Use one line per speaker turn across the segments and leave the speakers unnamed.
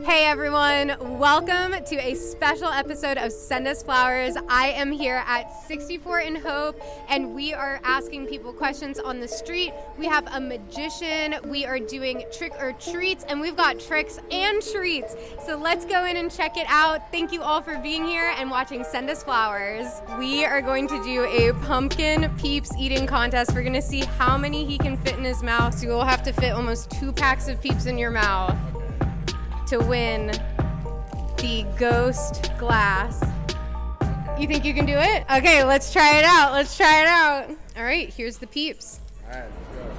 Hey everyone, welcome to a special episode of Send Us Flowers. I am here at 64 in Hope and we are asking people questions on the street. We have a magician, we are doing trick or treats, and we've got tricks and treats. So let's go in and check it out. Thank you all for being here and watching Send Us Flowers. We are going to do a pumpkin peeps eating contest. We're going to see how many he can fit in his mouth. So you will have to fit almost two packs of peeps in your mouth to win the ghost glass. You think you can do it? Okay, let's try it out. Let's try it out. All right, here's the peeps.
Alright, let's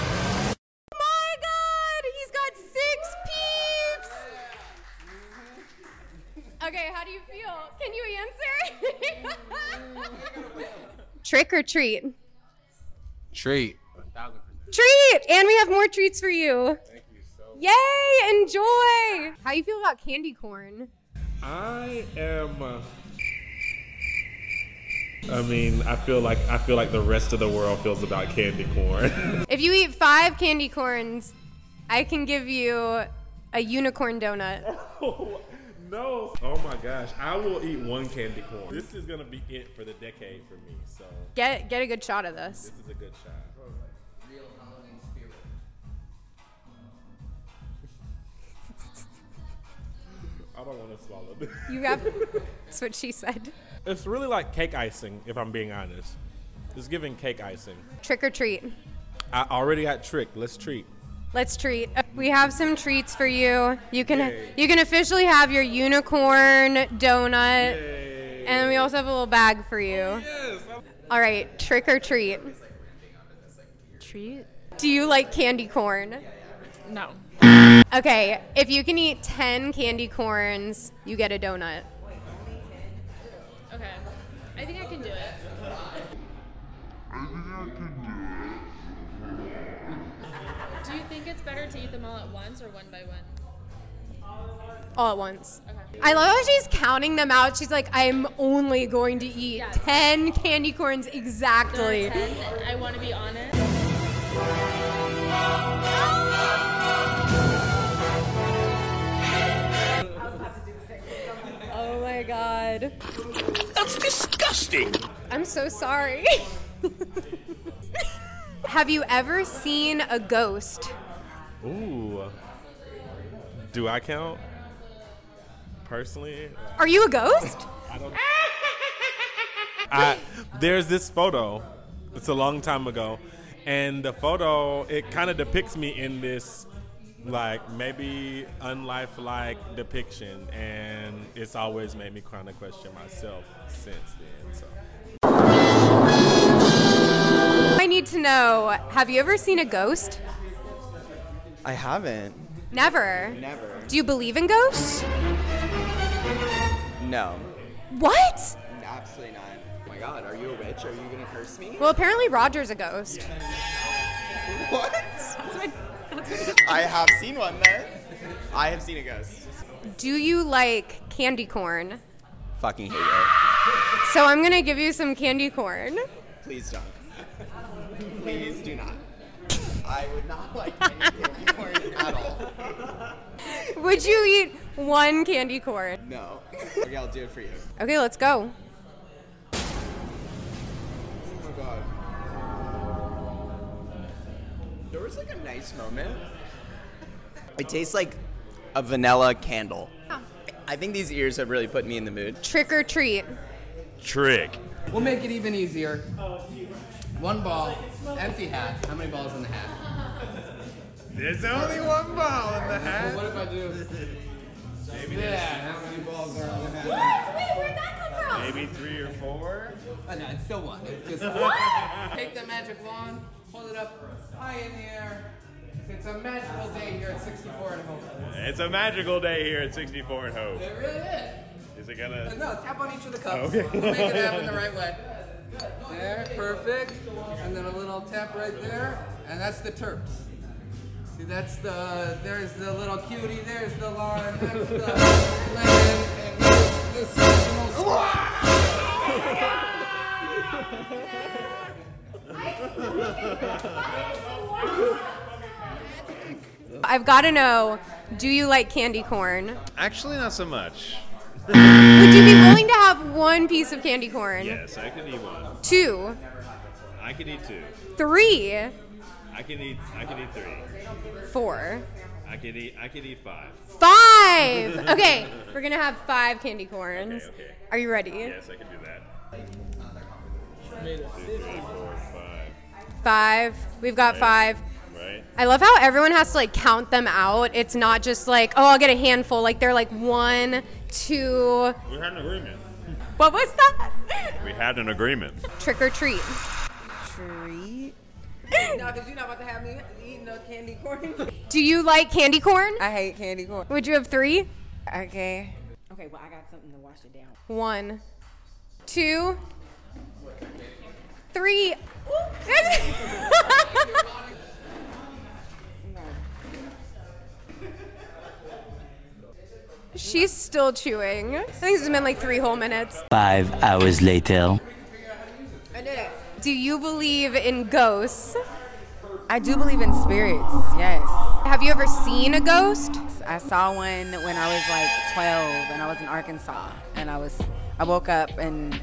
My God, he's got six peeps. Okay, how do you feel? Can you answer? Trick or treat?
go. Treat.
Treat! And we have more treats for you.
Thank you so
Yay! Enjoy. How you feel about candy corn?
I am. uh, I mean, I feel like I feel like the rest of the world feels about candy corn.
If you eat five candy corns, I can give you a unicorn donut.
no. Oh my gosh, I will eat one candy corn. This is gonna be it for the decade for me. So
Get get a good shot of this.
this is a good shot. I don't want to swallow this.
You have that's what she said.
It's really like cake icing, if I'm being honest. It's giving cake icing.
Trick or treat.
I already got tricked. Let's treat.
Let's treat. We have some treats for you. You can you can officially have your unicorn donut. And we also have a little bag for
Oh,
you.
Yes.
All right, trick or treat.
treat?
Do you like candy corn?
No.
Okay, if you can eat 10 candy corns, you get a donut.
Okay. I think I can do it. Do you think it's better to eat them all at once or one by one?
all at once.
Okay.
I love how she's counting them out. She's like, I'm only going to eat
Yes.
10 candy corns
There
exactly.
are 10. I want to be honest.
Oh my God. That's disgusting. I'm so sorry. Have you ever seen a ghost?
Ooh. Do I count? Personally,
Are you a ghost?
I, there's this photo. It's a long time ago, and the photo it kind of depicts me in this like maybe unlifelike depiction, and it's always made me kind of question myself since then. So
I need to know have you ever seen a ghost?
I haven't.
Never.
Never.
Do you believe in ghosts?
No.
What?
Absolutely not. Oh my god, are you a witch? Are you gonna curse me?
Well, apparently Roger's a ghost.
What? I have seen one then. I have seen a ghost.
Do you like candy corn?
Fucking hate it.
So I'm gonna give you some candy corn.
Please don't. Please do not. I would not like any porn at all.
Would you eat one candy corn?
No. Okay, I'll do it for you.
Okay, let's go.
Oh my god. There was like a nice moment. It tastes like a vanilla candle. I think these ears have really put me in the mood.
Trick or treat.
trick.
We'll make it even easier. One ball, empty hat. How many balls in the hat?
There's only one ball in the
Well,
hat.
what if I do? Yeah, how many balls are in the hat?
Wait, where'd that come from?
Maybe three or four.
Oh, no, it's still one. It's just Take the magic wand, hold it up high in the air. It's a magical day here at 64 at home.
It's a magical day here at 64 and Hope.
It really is.
Is it gonna?
No, tap on each of the cups. We'll Make it happen the right way. There, perfect. And then a little tap right there, and that's the terps. See, that's the, there's the little cutie, there's the Lauren, that's the lemon, and there's the seasonal squash.
I've got to know do you like candy corn?
Actually, not so much.
Would you be willing to have one piece of candy corn?
Yes, I could eat one.
Two,
I could eat two.
three,
I could eat. I could eat three.
four,
I could eat. I could eat five.
five. Okay, we're going to have five candy corns.
Okay, okay.
Are you ready?
Yes, I could do that. Two, three, four, five.
Five. We've got five.
Right.
I love how everyone has to like count them out. It's not just like, oh, I'll get a handful. Like they're like one, two.
We had an agreement.
What was that?
We had an agreement.
Trick or treat.
Treat.
No, because you're not about to have me eating no candy corn.
Do you like candy corn?
I hate candy corn.
Would you have three?
Okay.
okay, well, I got something to wash it down.
One, two, three. She's still chewing. I think this has been like three whole minutes.
Five hours later.
I knew that.
Do you believe in ghosts?
I do believe in spirits. Yes.
Have you ever seen a ghost?
I saw one when I was like 12 and I was in Arkansas and I was I woke up and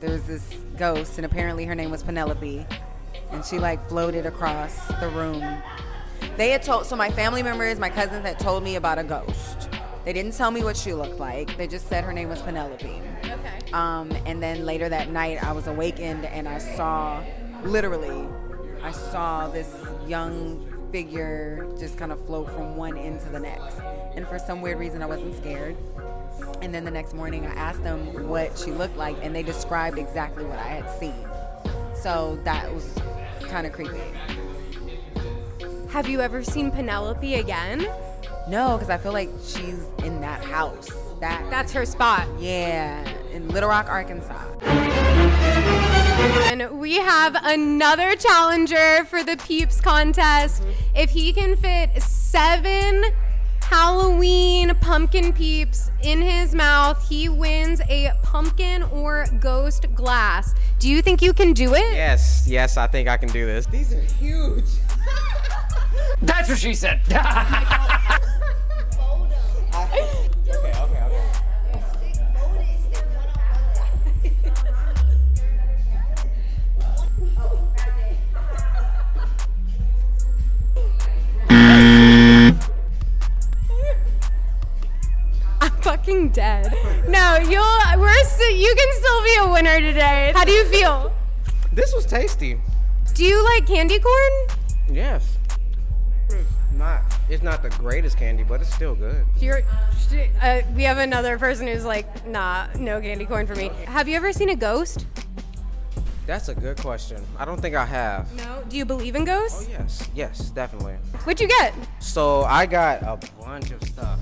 there was this ghost and apparently her name was Penelope and she like floated across the room. They had told so my family members, my cousins had told me about a ghost. They didn't tell me what she looked like. They just said her name was Penelope.
Okay.
Um, and then later that night, I was awakened and I saw, literally, I saw this young figure just kind of float from one end to the next. And for some weird reason, I wasn't scared. And then the next morning, I asked them what she looked like, and they described exactly what I had seen. So that was kind of creepy.
Have you ever seen Penelope again?
No, because I feel like she's in that house. That,
That's her spot.
yeah, in Little Rock, Arkansas.
And we have another challenger for the Peeps contest. If he can fit seven Halloween pumpkin peeps in his mouth, he wins a pumpkin or ghost glass. Do you think you can do it?
Yes, yes, I think I can do this. These are huge.
That's what she said.
Okay, okay, okay.
I'm fucking dead. No, you'll we're st- you can still be a winner today. How do you feel?
This was tasty.
Do you like candy corn?
Yes. It's not. It's not the greatest candy, but it's still good.
You're, uh, we have another person who's like, nah, no candy corn for me. Have you ever seen a ghost?
That's a good question. I don't think I have.
No. Do you believe in ghosts?
Oh yes, yes, definitely.
What'd you get?
So I got a bunch of stuff.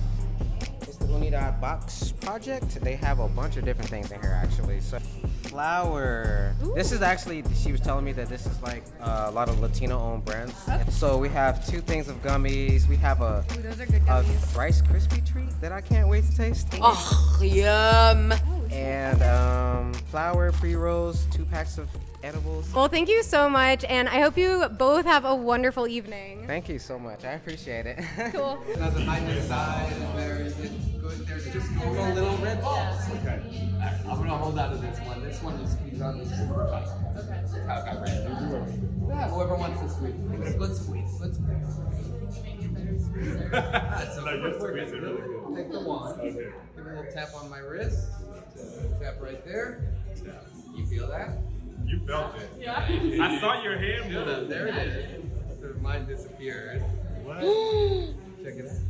It's the Unidad Box Project. They have a bunch of different things in here actually. So flour. This is actually she was telling me that this is like uh, a lot of Latino-owned brands. So we have two things of gummies. We have a,
Those are good Oh.
a Rice Krispie treat that I can't wait to taste.
Yum.
and um, flour pre rolls, two packs of edibles.
Well, thank you so much, and I hope you both have a wonderful evening.
Thank you so much. I appreciate it.
Cool.
Another high side, and there is it's good. There's just normal little red balls. Okay. I'm gonna hold out of this one. This one you squeeze on this super tight. Okay. How it got red. Yeah, whoever wants to squeeze. Let's- Let's squeeze. Let's squeeze. That's no, you're squeezing really good. Take the wand. Okay. Give a little tap on my wrist. Tap right there. You feel that?
You felt it. I saw your hand
Feel
move.
that? There it is. So mine disappeared. What? Check it out.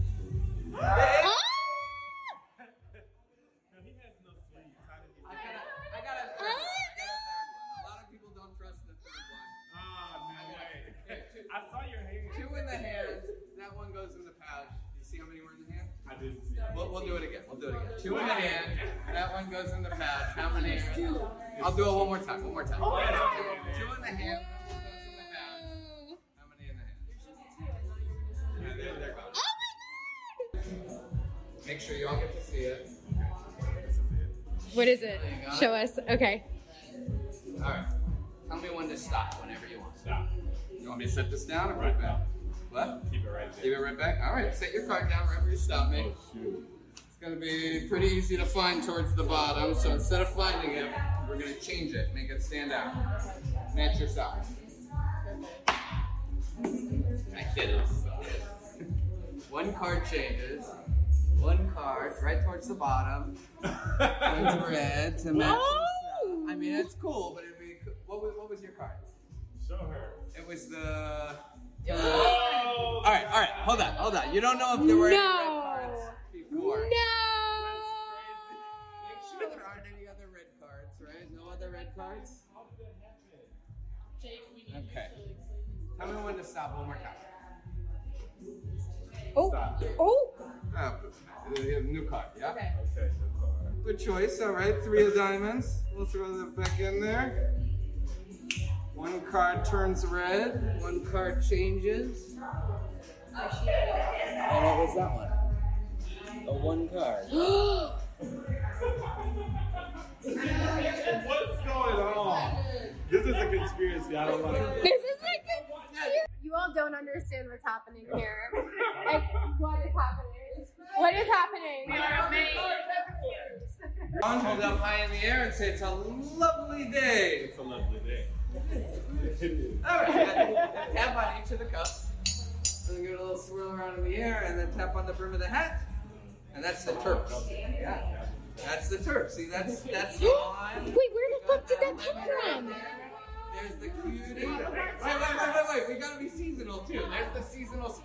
I got a third one. I got a third one. A lot of people don't trust the third one.
Ah, no way. I saw your hand.
Two in the hand. That one goes in the pouch. You see how many were in the hand?
I didn't see. it.
We'll, we'll do it again. We'll do it again. Two in the hand. That one goes in the pouch. How many? I'll do it one more time. One more time. Two in the hand. that one goes in the pouch. How many in the hand? Yeah, they're, they're gone. Make sure you all get to see it.
What is it? Show us. Okay.
All right. Tell me when to stop. Whenever you want. Stop. You want me to set this down or put it back? What? Keep it right there. Keep it right back. All right. Set your card down wherever you stop me. It's gonna be pretty easy to find towards the bottom. So instead of finding it, we're gonna change it. Make it stand out. Match your socks. I kid. it was so good. One card changes. One card right towards the bottom. One's red to match. I mean, it's cool, but it'd be. co- What was, what was your card? Show her. It was the. the- all right, all right. Hold on, hold on. You don't know if there were any red
No.
cards before.
No.
Make sure there aren't any other red cards, right? No other red cards. Okay. Tell me when to stop one more time.
Oh, oh.
Oh, you have new card, yeah? Okay. Good choice, all right. Three of diamonds. We'll throw that back in there. One card turns red. One card changes. And what was that one? A one card.
What's going on? This is a conspiracy. I don't like it.
This is like a, you all don't understand what's happening here. Like, what is happening? What is happening?
We are One hold up high in the air and say it's a lovely day. It's a lovely day. All right. then tap on each of the cups. And then give it a little swirl around in the air, and then tap on the brim of the hat, and that's the turp. Yeah, that's the turp. See, that's that's the line.
Wait, where the fuck did that come from?
There's the cutie. Wait, wait, wait, wait, wait. We gotta be seasonal too. There's the seasonal